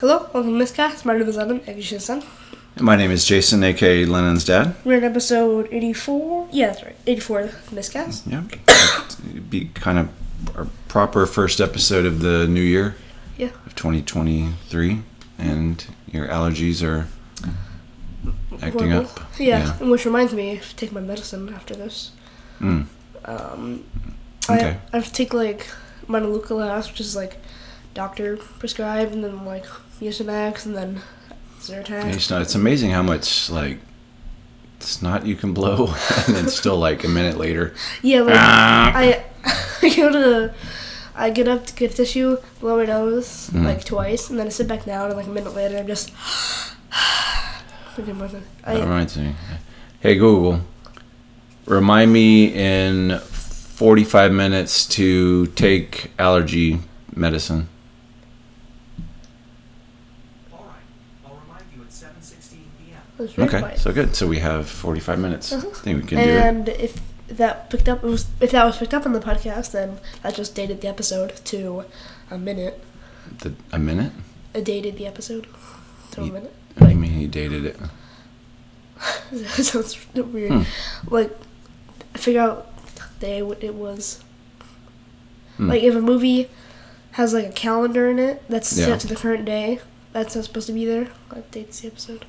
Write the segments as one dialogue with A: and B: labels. A: Hello, welcome to Miscast. My name is Adam, aka son.
B: My name is Jason, aka Lennon's dad.
A: We're in episode 84. Yeah, that's right. 84 of Miscast.
B: Yeah, It'd be kind of our proper first episode of the new year
A: Yeah.
B: of 2023, and your allergies are acting
A: Horrible.
B: up.
A: Yeah. and which reminds me, I have to take my medicine after this.
B: Mm.
A: Um,
B: Okay.
A: I, I have to take, like, monoleucolax, which is, like, doctor prescribed, and then, like, Mucinex, and then
B: And
A: Zyrtec.
B: It's, not, it's amazing how much like snot you can blow, and then still like a minute later.
A: Yeah, like,
B: Ah.
A: I, I go to the. I get up to get tissue, blow my nose like twice, and then I sit back down, and like a minute later, I'm just. Freaking breathing. I,
B: That reminds me. Hey Google, remind me in 45 minutes to take allergy medicine.
C: All right. I'll remind you at 7:16 p.m.
A: was very
B: Okay,
A: quiet.
B: so good. So we have 45 minutes.
A: Uh-huh.
B: I think we can do it.
A: and if that picked up, it was, if that was picked up on the podcast, then I just dated the episode to a minute.
B: The, a minute?
A: I dated the episode to a
B: Ye-
A: minute.
B: What do
A: Like,
B: you mean he dated it?
A: that sounds weird.
B: Hmm.
A: Like, figure out the day what it was.
B: Hmm.
A: Like if a movie has like a calendar in it that's
B: Yeah.
A: set to the current day, that's not supposed to be there. That dates the episode.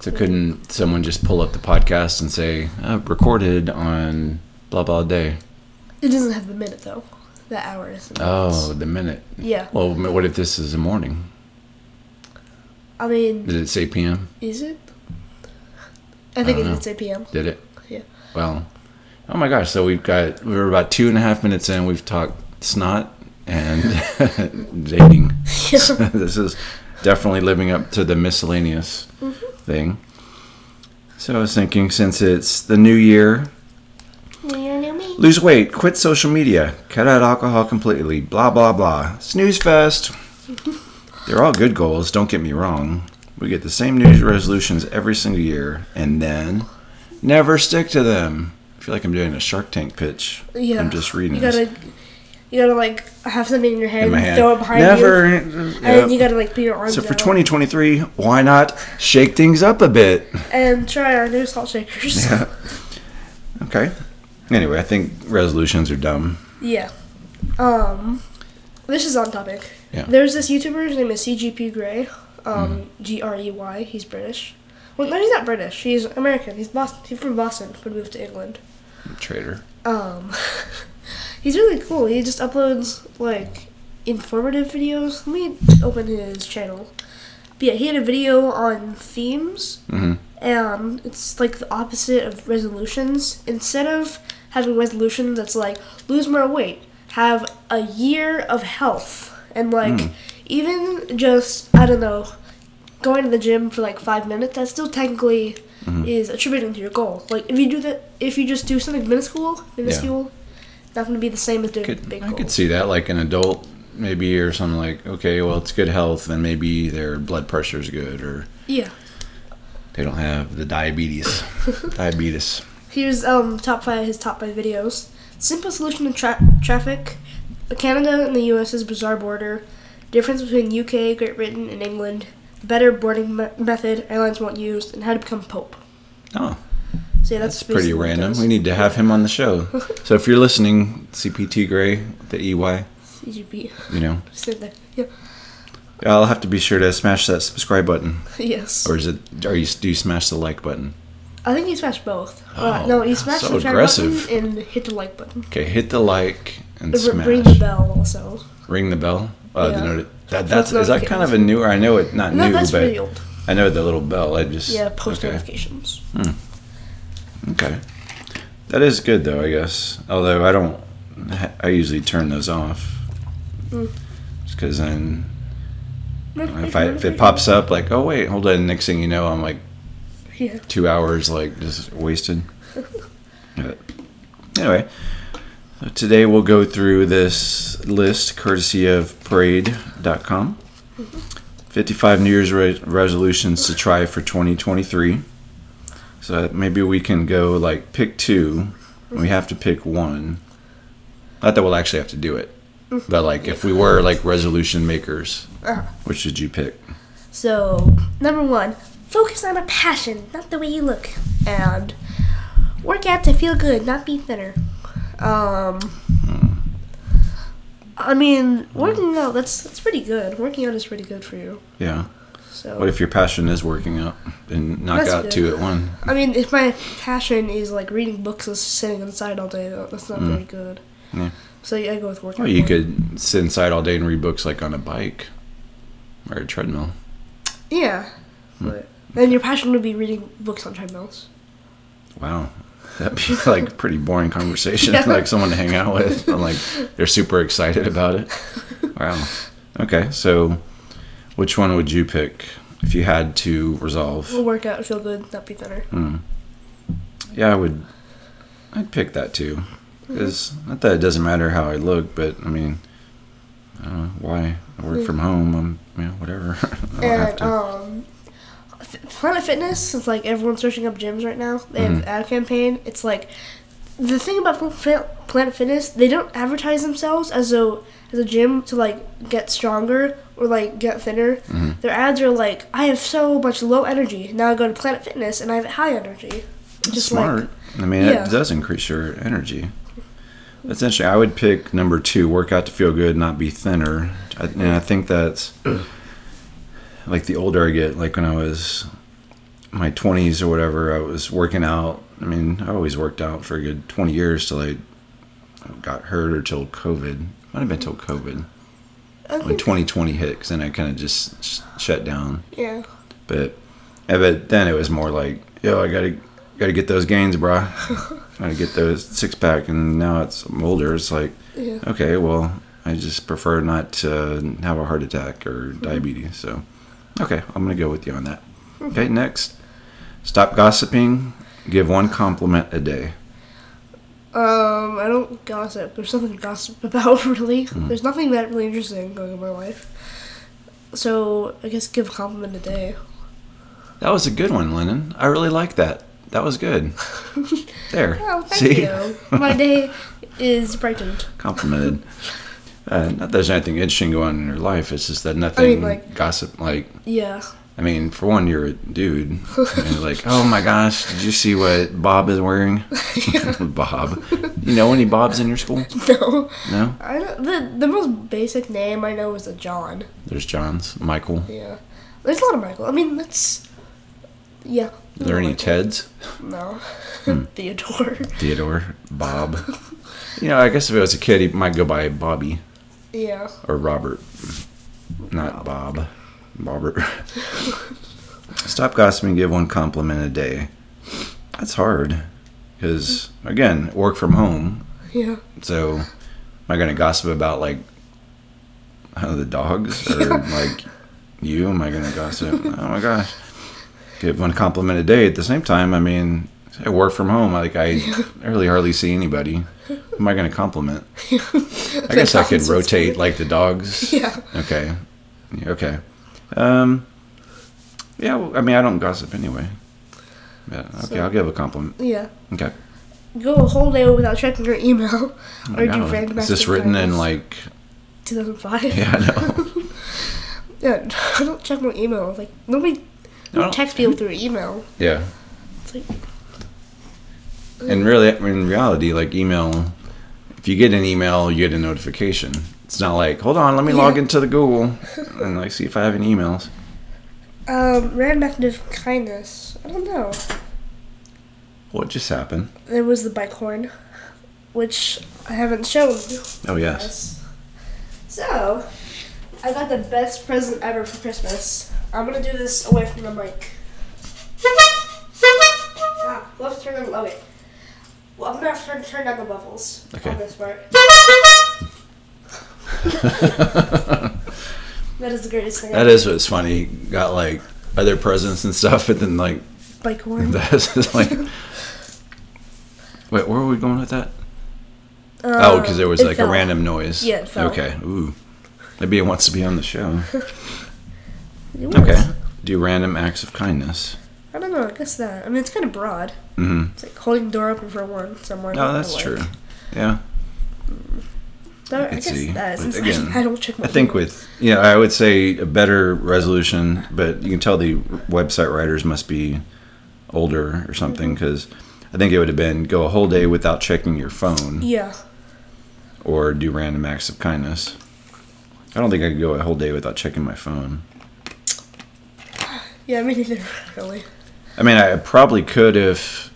B: So couldn't someone just pull up the podcast and say, uh, recorded on blah blah day?
A: It doesn't have the minute though. The hour is. in
B: Oh,
A: minutes.
B: the minute.
A: Yeah.
B: Well, m- what if this is the morning?
A: I mean,
B: Did it say PM?
A: is it? I think it
B: don't know.
A: did say PM.
B: Did it?
A: Yeah.
B: Well, oh my gosh. So we've got, we're about two and a half minutes in. We've talked snot and dating. this is definitely living up to the miscellaneous
A: Mm-hmm.
B: thing. So I was thinking, since it's the new year, lose weight, quit social media, cut out alcohol completely, blah blah blah, snooze fest. They're all good goals. Don't get me wrong. We get the same New Year's resolutions every single year, and then never stick to them. I feel like I'm doing a Shark Tank pitch.
A: Yeah.
B: I'm just reading
A: You
B: this.
A: gotta, you gotta like have something in your head,
B: in my
A: and
B: head.
A: throw it behind you,
B: never.
A: and
B: Yep.
A: then you gotta like put your arms.
B: So for
A: out
B: 2023, why not shake things up a bit?
A: and try our new salt shakers. Yeah.
B: Okay. Anyway, I think resolutions are dumb.
A: Um, this is on topic.
B: Yeah. Mm-hmm.
A: There's this YouTuber. His name is CGP Grey. Um, G R E Y. He's British. Well, no, he's not British. He's American. He's Boston. He's from Boston, but moved to England.
B: Traitor.
A: Um, he's really cool. He just uploads like informative videos. Let me open his channel. But yeah, he had a video on themes,
B: hmm
A: and um, it's like the opposite of resolutions. Instead of having resolutions that's like lose more weight, have a year of health, and like
B: Hmm.
A: even just I don't know, going to the gym for like five minutes. That still technically
B: Mm-hmm.
A: is attributing to your goal. Like if you do that, if you just do something minuscule, minuscule, not gonna be the same as doing a
B: Could,
A: big
B: I
A: goal.
B: could see that, like an adult maybe, or something like, okay, well, it's good health, and maybe their blood pressure's good, or
A: yeah.
B: they don't have the diabetes. diabetes.
A: Here's um top five his top five videos. Simple solution to tra- traffic. Canada and the U.S.'s bizarre border. Difference between U.K., Great Britain, and England. Better boarding me- method airlines won't use, and how to become pope.
B: Oh,
A: So yeah, that's,
B: that's pretty
A: basically what it
B: random.
A: does.
B: We need to have him on the show. so if you're listening, CPT Gray, the EY,
A: CGP.
B: you know,
A: Just did that. Yeah.
B: I'll have to be sure to smash that subscribe button,
A: Yes.
B: or is it? Are you do you smash the like button?
A: I think he smashed both. Uh,
B: Oh,
A: no, he smashed
B: so
A: the subscribe
B: aggressive.
A: button and hit the like button.
B: Okay, hit the like and
A: R-
B: smash.
A: Ring the bell also.
B: Ring the bell. Oh,
A: Yeah.
B: the noti- that, that's
A: Post
B: is that kind of a newer? I know it not
A: No,
B: new,
A: that's
B: but
A: pretty old.
B: I know the little bell. I just
A: Yeah, post
B: okay.
A: notifications.
B: okay, that is good though. I guess although I don't, I usually turn those off,
A: Hmm.
B: just because then if I if it pops up like oh wait hold on next thing you know I'm like
A: Yeah.
B: two hours like just wasted. But anyway, so today we'll go through this list courtesy of parade.com. 55 New Year's re- resolutions to try for 2023. So maybe we can go like pick two. and we have to pick one. Not that we'll actually have to do it, but like if we were like resolution makers,
A: Uh-huh.
B: which would you pick?
A: So, number one, focus on a passion, not the way you look. And work out to feel good, not be thinner. Um,
B: Hmm.
A: I mean, working out, that's, that's pretty good. Working out is pretty good for you.
B: Yeah.
A: So,
B: What if your passion is working out and knock
A: That's
B: out
A: good.
B: two at one?
A: I mean, if my passion is like reading books and sitting inside all day, that- that's not very good.
B: Mm. Yeah.
A: So, yeah, I go with working
B: Well, you could sit inside all day and read books like on a bike or a treadmill.
A: Yeah.
B: Hmm.
A: But then your passion would be reading books on treadmills.
B: Wow. That'd be like pretty boring conversation, like someone to hang out with. and like they're super excited about it. Wow. Okay, so which one would you pick if you had to resolve?
A: We'll work out, feel good, not be thinner.
B: Yeah, I would. I'd pick that too, because not that it doesn't matter how I look, but I mean, I don't know why I work from home. I'm you know whatever. I don't have
A: And
B: to.
A: um, F- Planet Fitness, since like everyone's searching up gyms right now, they have
B: Mm.
A: an ad campaign. It's like the thing about Pl- Pl- Planet Fitness, they don't advertise themselves as a as a gym to like get stronger or like get thinner.
B: Mm-hmm.
A: Their ads are like, I have so much low energy. Now I go to Planet Fitness and I have high energy. Just
B: smart. I mean,
A: Yeah.
B: it does increase your energy. That's interesting. I would pick number two: work out to feel good, not be thinner. I, and I think that's like the older I get, like when I was in my twenties or whatever, I was working out. I mean, I always worked out for a good twenty years till I got hurt or till COVID. Might have been till COVID
A: Like, I
B: when
A: think-
B: twenty twenty hit, because then I kind of just sh- shut down
A: yeah.
B: but yeah, but then it was more like yo i gotta gotta get those gains bruh gotta get those six pack and now it's I'm older it's like
A: Yeah.
B: okay well i just prefer not to have a heart attack or
A: Mm-hmm.
B: diabetes so okay i'm gonna go with you on that okay next stop gossiping give one compliment a day
A: Um, I don't gossip. There's nothing to gossip about really.
B: Hmm.
A: There's nothing that really interesting going on in my life. So I guess give a compliment a day.
B: that was a good one lennon i really like that that was good there
A: Oh, thank
B: see
A: you. My day is brightened.
B: complimented. Uh, not that there's anything interesting going on in your life. It's just that nothing
A: like-
B: gossip. Like,
A: Yeah.
B: I mean, for one, you're a dude. And you're like, oh my gosh, did you see what Bob is wearing? Bob. You know any Bobs in your school?
A: No.
B: No.
A: I don't, the the most basic name I know is a John.
B: There's Johns, Michael.
A: Yeah. There's a lot of Michael. I mean, that's. Yeah.
B: Are there any Hmm. Teds?
A: No. Theodore.
B: Theodore, Bob. You know, I guess if it was a kid, he might go by Bobby
A: Yeah.
B: or Robert, not Bob. Robert. Stop gossiping. Give one compliment a day. That's hard because again, work from home.
A: Yeah.
B: So, am I going to gossip about like uh, the dogs or like you? Am I going to gossip? oh my gosh! Give one compliment a day. At the same time, I mean, I work from home. Like I really hardly see anybody. Who am I going to compliment? I guess I could rotate like the dogs.
A: Yeah.
B: Okay. Yeah, Okay. Um. Yeah. Well, I mean, I don't gossip anyway. Yeah. Okay.
A: So-
B: I'll give a compliment.
A: Yeah.
B: Okay.
A: Go a whole day without checking your email or do
B: Wow.
A: random
B: Is this
A: active
B: written in
A: titles.
B: like?
A: 2005?
B: Yeah. I know.
A: Yeah, I don't check my email. Like nobody
B: No, I don't-
A: texts people through email.
B: yeah.
A: It's like
B: And really, in reality, like email. If you get an email, you get a notification. It's not like, hold on, let me log
A: Yeah.
B: into the Google and like see if I have any emails.
A: um, random act of kindness. I don't know.
B: What just happened?
A: There was the bike horn, which I haven't shown you
B: Oh yes.
A: guys. So, I got the best present ever for Christmas. I'm gonna do this away from the mic. Ah, left turn on. Oh wait. Well, I'm gonna have to turn, turn down the levels
B: Okay.
A: on this part. That is the greatest thing.
B: that is what's funny. Got like other presents and stuff, but then like
A: bike horn.
B: That's just like. Wait, where were we going with that? oh, because there was
A: Uh, it
B: like
A: fell.
B: a random noise.
A: Yeah, it fell.
B: Okay. Ooh. Maybe it wants to be on the show.
A: It was.
B: Okay. Do random acts of kindness.
A: I don't know. I guess that. I mean, it's kind of broad.
B: Mm-hmm.
A: It's like holding the door open for one someone.
B: No,
A: at
B: that's
A: work.
B: true. Yeah.
A: That, I
B: could
A: guess
B: see,
A: that
B: but
A: is.
B: again,
A: I don't check my.
B: I think with yeah, I would say a better resolution, but you can tell the website writers must be older or something
A: Mm-hmm.
B: because I think it would have been go a whole day without checking your phone
A: Yeah.
B: or do random acts of kindness. I don't think I could go a whole day without checking my phone.
A: Yeah, me neither. Really.
B: I mean, I probably could if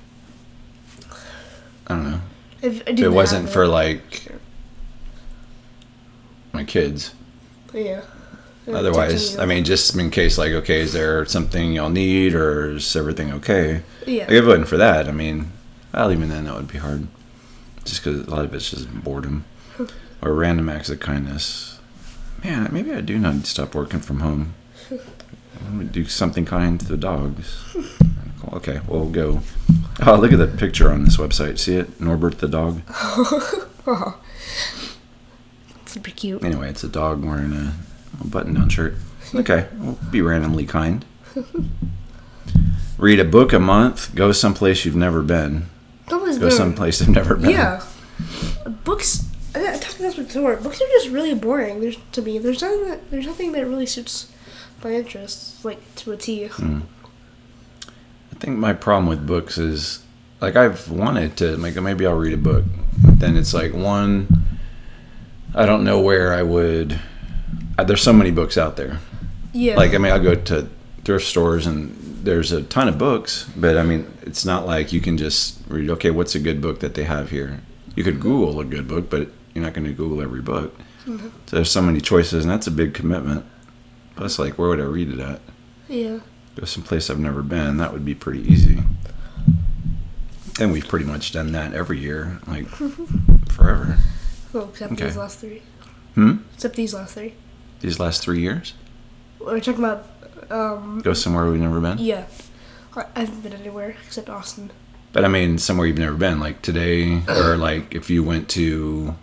B: I don't know.
A: If,
B: If it wasn't for like my kids.
A: Yeah.
B: Otherwise, I mean, just in case, like, okay, is there something y'all need, or is everything okay?
A: Yeah.
B: Like, if it wasn't for that, I mean, well, even then, that would be hard, just because a lot of it's just boredom or random acts of kindness. Man, maybe I do need to stop working from home. I'm gonna do something kind to the dogs. Okay, well, go. Oh, look at the picture on this website. See it, Norbert the dog.
A: Uh-huh. Super cute.
B: Anyway, it's a dog wearing a, a button-down shirt. Okay, we'll be randomly kind. Read a book a month. Go someplace you've never been.
A: Nobody's
B: Go
A: gonna-
B: someplace I've never
A: Hmm.
B: been.
A: Yeah. Books. I I talked about this before. Books are just really boring. There's to me. There's nothing. That, there's nothing that really suits my interests, like to a T.
B: I think my problem with books is, like, I've wanted to like maybe I'll read a book. But then it's like one. I don't know where I would. uh, There's so many books out there.
A: Yeah.
B: Like, I mean, I go to thrift stores and there's a ton of books, but I mean, it's not like you can just read, okay, what's a good book that they have here? You could Google a good book, but you're not going to Google every book. So there's so many choices, and that's a big commitment. Plus, like, where would I read it at?
A: yeah.
B: Go someplace I've never been. That would be pretty easy. And we've pretty much done that every year, like forever.
A: Well, Oh, except
B: Okay.
A: these last three.
B: Hmm?
A: Except these last three.
B: These last three years?
A: We're talking about. Um.
B: Go somewhere we've never been?
A: Yeah. I I haven't been anywhere except Austin.
B: But I mean, somewhere you've never been, like today, or like if you went to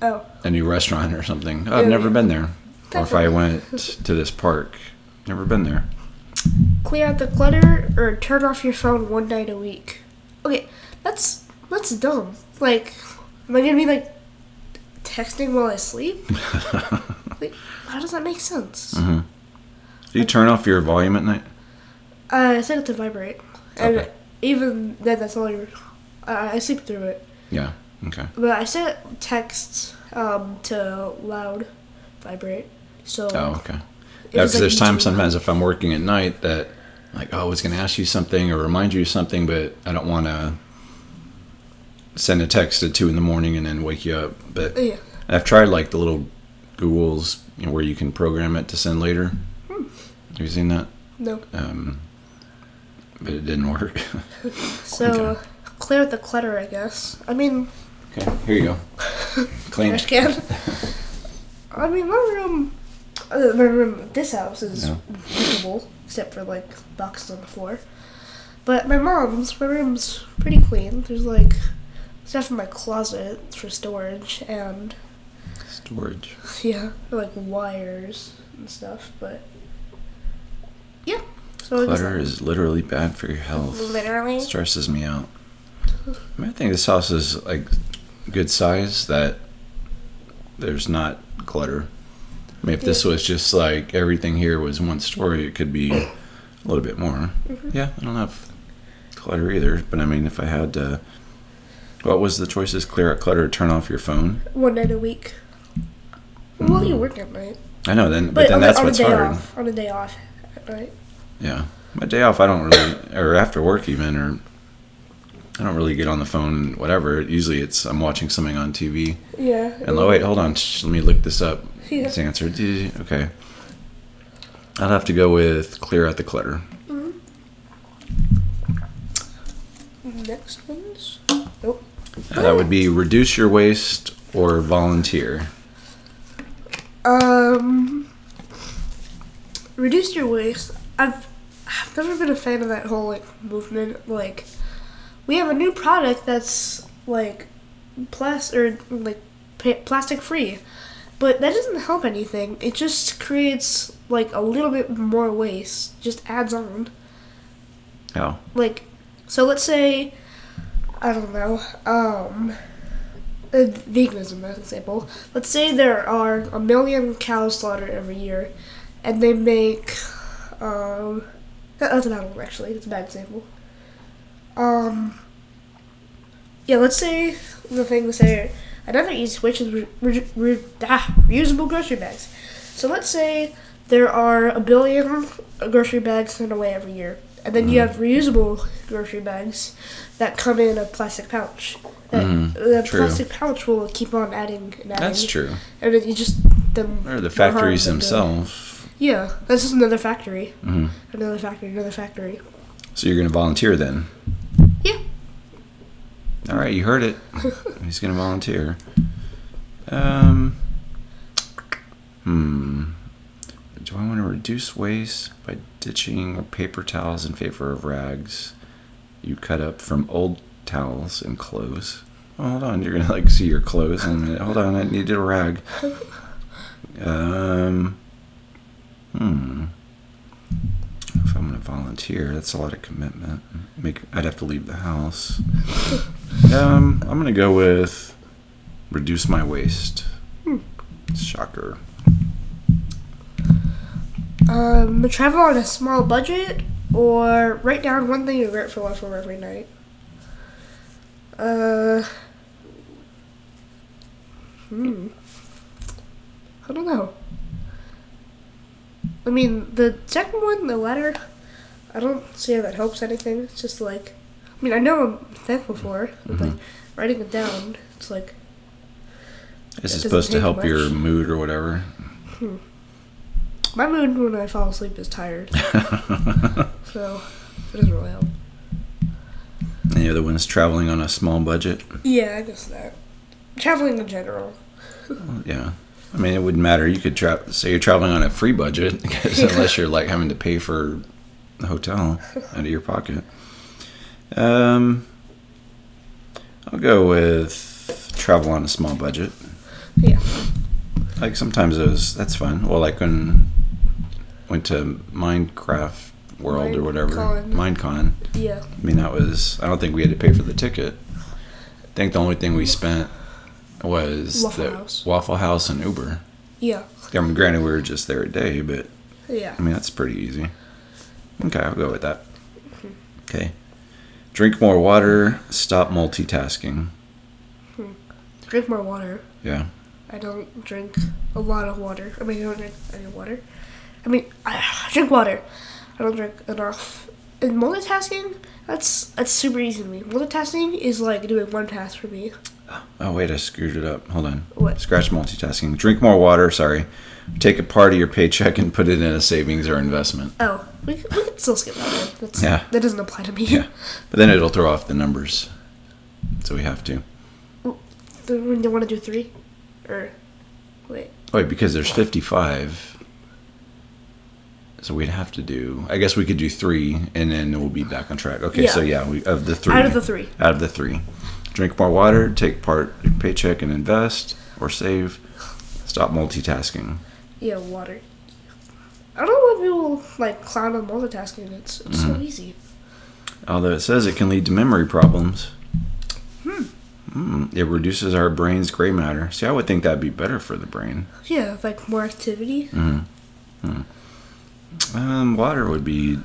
A: Oh.
B: a new restaurant or something. Oh, I've
A: Yeah.
B: never been there. Or if I
A: Definitely.
B: went to this park, never been there.
A: clear out the clutter or turn off your phone one night a week. Okay, that's that's dumb. Like, am I gonna be like texting while I sleep? like, how does that make sense?
B: Mm-hmm. Do you turn off your volume at night?
A: Uh, I set it to vibrate, and
B: Okay.
A: even then, that's all you're. I, I sleep through it,
B: Yeah. Okay.
A: but I set texts um, to loud vibrate. So
B: Oh,
A: if
B: okay. Yeah,
A: it's,
B: because
A: like,
B: there's times
A: YouTube-
B: sometimes if I'm working at night that, like, oh, I was going to ask you something or remind you of something, but I don't want to send a text at two in the morning and then wake you up. But
A: Yeah.
B: I've tried like the little Google's you know, where you can program it to send later.
A: Hmm.
B: Have you seen that?
A: No.
B: Um, but it didn't work.
A: So
B: Okay.
A: clear out the clutter, I guess. I mean.
B: okay, here you go. Clean.
A: trash can. I mean, my room, uh, my room, this house is
B: Yeah.
A: beautiful, except for like boxes on the floor. But my mom's, my room's pretty clean. There's like stuff in my closet for storage, and
B: Storage.
A: yeah, like wires and stuff. But yeah, so I guess
B: Clutter is literally bad for your health.
A: Oh, literally
B: Stresses me out. I, mean, I think this house is like good size that there's not clutter. I mean, if this was just like everything here was one story, it could be a little bit more.
A: Mm-hmm.
B: Yeah, I don't have clutter either. But I mean, if I had to, what was the choices? Clear out clutter, turn off your phone.
A: one night a week. Well, you work at night,
B: I know. Then, but,
A: but,
B: then
A: on,
B: that's
A: a, on a
B: what's
A: day
B: hard.
A: off, on a day off, right?
B: Yeah. My day off, I don't really, or after work even, or I don't really get on the phone, whatever. Usually it's, I'm watching something on TV.
A: Yeah.
B: And oh, wait, hold on. Shh, let me look this up.
A: Yeah.
B: It's answered. D- Okay. I'll have to go with clear out the clutter.
A: Next ones.
B: Uh, that would be reduce your waste or volunteer.
A: Um, reduce your waste. I've I've never been a fan of that whole like movement. Like, we have a new product that's like plas or like pa- plastic free, but that doesn't help anything. It just creates like a little bit more waste. Just adds on.
B: Oh,
A: Like, so let's say, I don't know. Um, uh, veganism as an example. Let's say there are a million cows slaughtered every year, and they make um, that- that's a bad one actually. That's a bad example. Um, yeah, let's say the thing was there. Another easy switch is re- re- re- ah, reusable grocery bags. So let's say there are a billion grocery bags sent away every year, and then you have reusable grocery bags that come in a plastic pouch. That, the
B: true.
A: plastic pouch will keep on adding and adding.
B: That's true.
A: And then you just them
B: Or the
A: no harm
B: factories
A: them doing it.
B: themselves.
A: Yeah, that's just another factory.
B: Mhm.
A: Another factory, another factory.
B: So you're going to volunteer then?
A: Yeah.
B: All right, you heard it. He's going to volunteer. Um, hmm. Do I want to reduce waste by ditching paper towels in favor of rags you cut up from old towels and clothes? Oh, hold on, you're going to like see your clothes and hold on, I needed a rag. Um, hmm. If I'm going to volunteer, that's a lot of commitment. Make I'd have to leave the house. Um, I'm gonna go with reduce my waste.
A: Hmm.
B: Shocker.
A: Um, travel on a small budget or write down one thing you regret for life for every night. Uh. Hmm. I don't know. I mean, the second one, the latter, I don't see how that helps anything. It's just like, I mean, I know I'm thankful for, it, but like writing it down, it's like,
B: This
A: That
B: is
A: doesn't
B: supposed to
A: take
B: help your
A: much.
B: mood or whatever.
A: my mood when I fall asleep is tired, so it doesn't really help.
B: Any other ones traveling on a small budget?
A: Yeah, I guess that. Traveling in general.
B: Yeah. I mean, it wouldn't matter. You could travel. Say you're traveling on a free budget, 'cause unless you're like having to pay for the hotel out of your pocket. Um, I'll go with travel on a small budget.
A: Yeah.
B: Like sometimes those that's fun. Well, like when went to Minecraft World or whatever
A: Minecon.
B: Minecon.
A: Yeah.
B: I mean, that was I don't think we had to pay for the ticket. I think the only thing we spent was
A: Waffle
B: the
A: House.
B: Waffle House and Uber.
A: Yeah.
B: I mean, granted, we were just there a day, but
A: Yeah.
B: I mean that's pretty easy. Okay, I'll go with that. Okay, drink more water. Stop multitasking.
A: Drink more water.
B: Yeah,
A: I don't drink a lot of water. I mean, I don't drink any water. I mean, I drink water. I don't drink enough. And multitasking, that's that's super easy to me. Multitasking is like doing one task for me.
B: Oh wait, I screwed it up. Hold on.
A: What?
B: Scratch multitasking. Drink more water. Sorry. Take a part of your paycheck and put it in a savings or investment.
A: Oh, we, c- we could still skip that one. That's,
B: Yeah.
A: That doesn't apply to me.
B: Yeah. But then it'll throw off the numbers. So we have to.
A: Do we want to do three? Or, wait.
B: Oh, Wait, because there's 55. So we'd have to do. I guess we could do three, and then we'll be back on track. Okay. So
A: Yeah.
B: yeah, we of the three.
A: Out of the three.
B: Out of the three. Drink more water. Take part your paycheck and invest or save. Stop multitasking.
A: Yeah, water. I don't know why people like clown on multitasking. It's it's so easy.
B: Although it says it can lead to memory problems. Hmm. It reduces our brain's gray matter. See, I would think that'd be better for the brain.
A: Yeah, like more activity.
B: Mm-hmm. Um, water would be.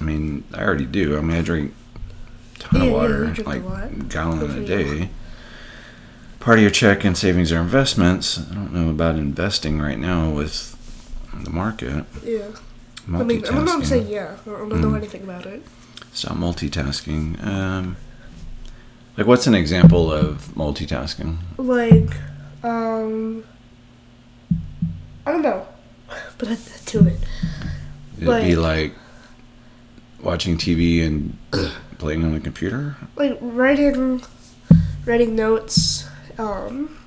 B: I mean, I already do. I mean, I drink a ton
A: Yeah,
B: of
A: yeah,
B: water,
A: you drink a
B: like
A: lot.
B: gallon
A: Good for
B: a
A: you.
B: day. Part of your check and savings or investments. I don't know about investing right now with the market.
A: Yeah.
B: Multitasking.
A: I mean, I don't know. I'm saying yeah. I don't I don't know anything about it.
B: Stop multitasking. Um, like, what's an example of multitasking?
A: Like, um, I don't know, but I, I do it.
B: It'd be like watching TV and playing on the computer.
A: Like writing, writing notes, um,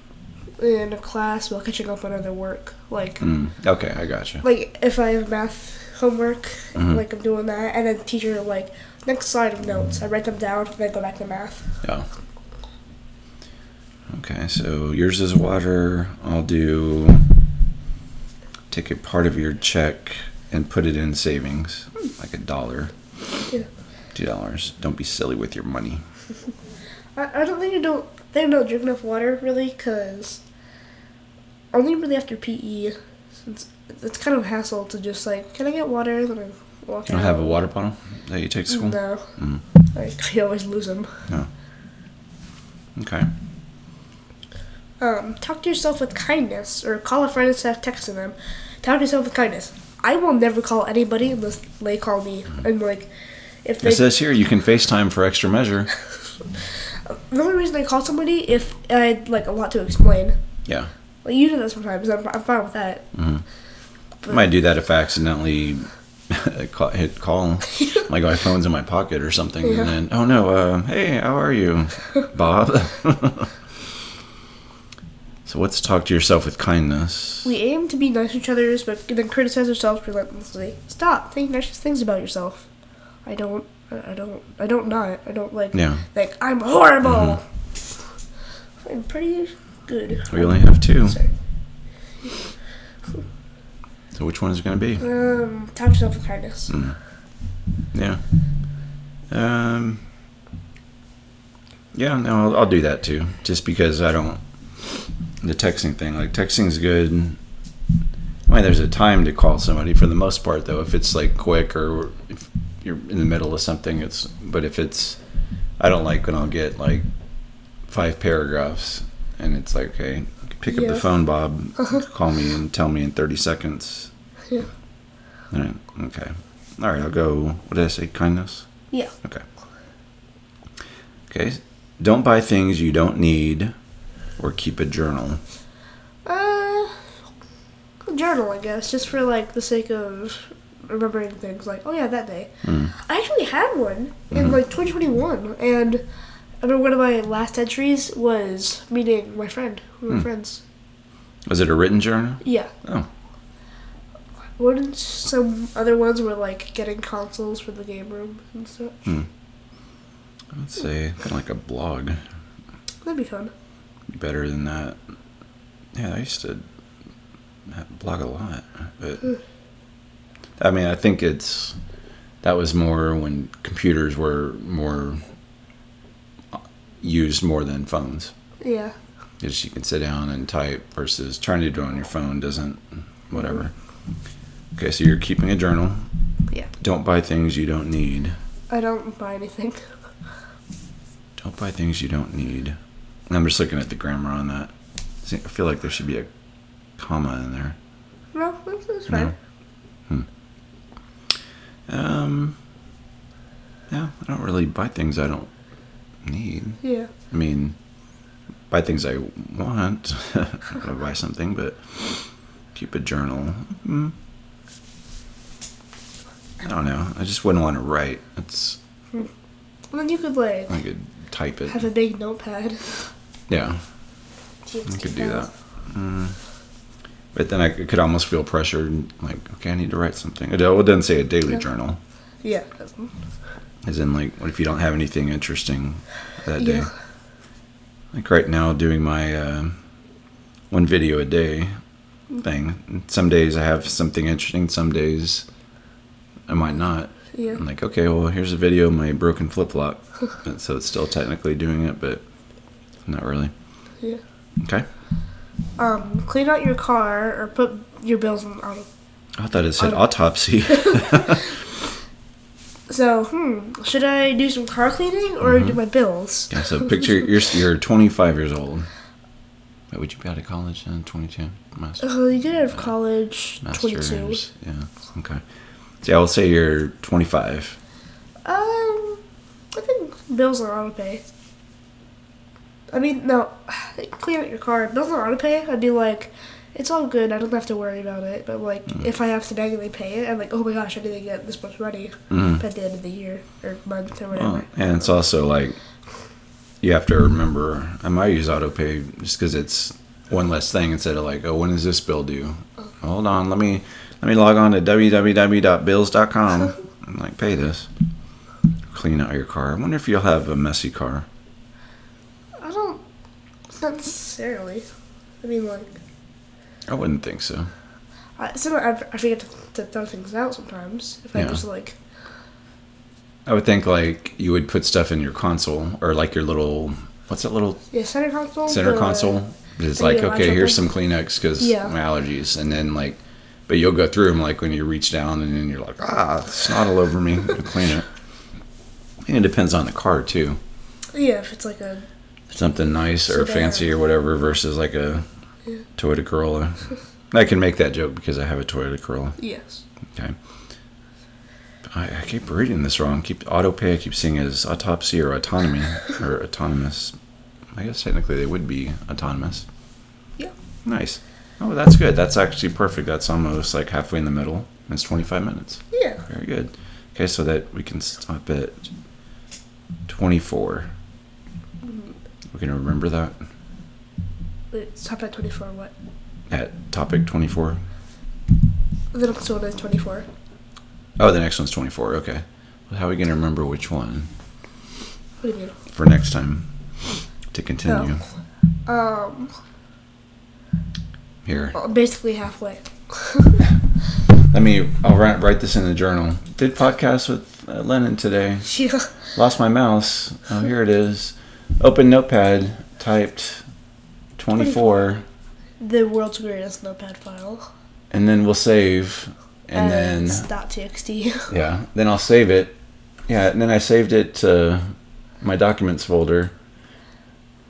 A: in a class while catching up on other work. Like,
B: Mm, okay, I gotcha.
A: like if I have math homework,
B: Mhm.
A: like I'm doing that, and then the teacher like next slide of notes, I write them down, and then go back to math.
B: Yeah. Okay, so yours is water. I'll do take a part of your check and put it in savings, like a dollar,
A: Yeah.
B: two dollars. Don't be silly with your money.
A: I, I don't think I don't think I don't drink enough water really, cause only really after PE. Since it's kind of a hassle to just like, can I get water? Then I walk.
B: You don't
A: out.
B: have a water bottle that you take to school?
A: No.
B: Mm.
A: Like I always lose them.
B: Okay.
A: Um, talk to yourself with kindness, or call a friend instead of texting them. Talk to yourself with kindness. I will never call anybody unless they call me.
B: Mm-hmm.
A: And like, if they
B: It says here you can FaceTime for extra measure.
A: the only reason I call somebody if I had like a lot to explain.
B: Yeah.
A: Like you do that sometimes. I'm, I'm fine with that.
B: I Mm-hmm. might do that if I accidentally ca- hit call. like my phone's in my pocket or something.
A: Yeah.
B: And then, oh no, uh, hey, how are you, Bob? so let's talk to yourself with kindness.
A: We aim to be nice to each other, but then criticize ourselves relentlessly. Stop. Think nice things about yourself. I don't. I I don't. I don't not. I don't like.
B: Yeah.
A: Like I'm horrible. I'm pretty good.
B: We Mm-hmm. only have two.
A: Sorry.
B: So which one is it going to be? Hmm.
A: Um, talk to yourself with kindness.
B: Yeah. Um. Yeah, no, I'll, I'll do that too. Just because I don't the texting thing. Like texting's good. I mean, there's a time to call somebody. For the most part, though, if it's like quick or if you're in the middle of something, it's. But if it's, I don't like when I'll get like five paragraphs and it's like, okay, pick up
A: Yeah. Uh-huh.
B: the phone, Bob. call me and tell me in 30 seconds.
A: Yeah.
B: All right. Okay. All right. I'll go. What did I say? Kindness.
A: Yeah.
B: Okay. Okay. Don't buy things you don't need, or keep a journal.
A: Uh, a journal, I guess, just for like the sake of remembering things. Like, oh yeah, that day.
B: Hmm.
A: I actually had one
B: Mm-hmm.
A: in like 2021, and I remember one of my last entries was meeting my friend. We
B: Hmm.
A: were friends.
B: Was it a written journal?
A: Yeah.
B: Oh.
A: One some other ones were like getting consoles for the game room and stuff.
B: hmm. Let's say kind of like a blog.
A: That'd be fun.
B: Better than that. Yeah, I used to ha- blog a lot, but I mean, I think it's that was more when computers were more uh, used more than phones.
A: Yeah.
B: is you can sit down and type versus trying to do it on your phone doesn't whatever okay so you're keeping a journal
A: Yeah.
B: don't buy things you don't need
A: I don't buy anything.
B: don't buy things you don't need and i'm just looking at the grammar on that See, i feel like there should be a comma in there
A: No, that's, that's fine.
B: um yeah i don't really buy things i don't need
A: Yeah.
B: i mean buy things i want i want to buy something but keep a journal mm. i don't know i just wouldn't want to write it's
A: And then you could like
B: i could type it
A: have a big notepad.
B: yeah i could do that mm. but then i c- could almost feel pressured like okay i need to write something it well, it doesn't say a daily
A: Yeah.
B: journal
A: Yeah.
B: as in like what if you don't have anything interesting that day
A: Yeah.
B: like right now doing my uh, one video a day thing some days i have something interesting some days i might not
A: Yeah.
B: i'm like okay well here's a video of my broken flip-flop And so it's still technically doing it but not really
A: Yeah.
B: okay
A: Um, clean out your car or put your bills in auto.
B: i thought it said
A: Um,
B: autopsy
A: So, hmm, should I do some car cleaning or do my bills?
B: Mm-hmm. yeah, so picture you're, you're 25 years old Wait, would you be out of college then 22 master
A: Uh, you get out of college, twenty-two.
B: Masters. Yeah. Okay. So I will say you're 25.
A: Um, I think bills on auto pay. I mean, no, clean out your car. Bills on auto pay. I'd be like, it's all good. I don't have to worry about it. But like,
B: Mm-hmm.
A: if I have to manually pay it, I'm like, oh my gosh, I didn't get this much money
B: Mm.
A: at the end of the year or month or whatever.
B: Well, Oh, and it's also like you have to remember I might use auto pay just because it's one less thing instead of like oh when is this bill due? Hold on, let me let me log on to www.bills.com and like pay this. Clean out your car. I wonder if you'll have a messy car.
A: I don't not necessarily. I mean, like,
B: I wouldn't think so.
A: I, sometimes I, I forget to, to throw things out sometimes if I
B: Yeah.
A: just like
B: I would think like you would put stuff in your console or like your little what's that little
A: Yeah, center console. uh,
B: center
A: the-
B: console? It's
A: like
B: like
A: your
B: okay,
A: laptop
B: here's
A: thing?
B: some Kleenex because
A: Yeah.
B: my allergies, and then like, but you'll go through them like when you reach down and then you're like ah, snot all over me to clean it. And it depends on the car too.
A: Yeah, if it's like a
B: Something nice or
A: Sedan.
B: fancy or whatever versus like a Toyota Corolla. I can make that joke because I have a Toyota Corolla.
A: yes.
B: Okay. I, I keep reading this wrong. Keep autopay. I keep seeing it as autopsy or autonomy or autonomous. I guess technically they would be autonomous.
A: Yeah.
B: Nice. Oh, that's good. That's actually perfect. That's almost like halfway in the middle. and It's 25 minutes.
A: Yeah.
B: Very good. Okay, so that we can stop at 24.
A: Mm-hmm.
B: We're gonna remember that
A: Wait, stop at twenty four. What?
B: at topic 24.
A: The next one is twenty four.
B: Oh, the next one's 24. Okay. How are we gonna remember which one?
A: What do you mean?
B: for next time to continue.
A: Um,
B: Here,
A: well, basically halfway.
B: let me. I'll write, write this in the journal. Did podcast with uh, Lennon today.
A: yeah.
B: Lost my mouse. Oh, here it is. Open Notepad. Typed twenty-four,
A: The world's weirdest notepad file.
B: and then we'll save, and then
A: As dot .txt.
B: yeah, then I'll save it. Yeah, and then I saved it to my documents folder.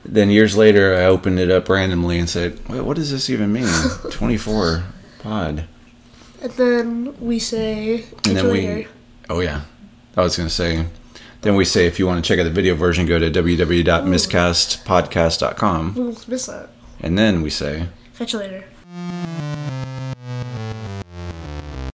B: Then years later, I opened it up randomly and said, Wait, "What does this even mean?" Twenty-four pod.
A: and then we say.
B: and
A: catch you
B: then we
A: later.
B: oh yeah i was going to say then we say if you want to check out the video version go to www.miscastpodcast.com
A: we will miss that.
B: and then we say
A: Catch you later.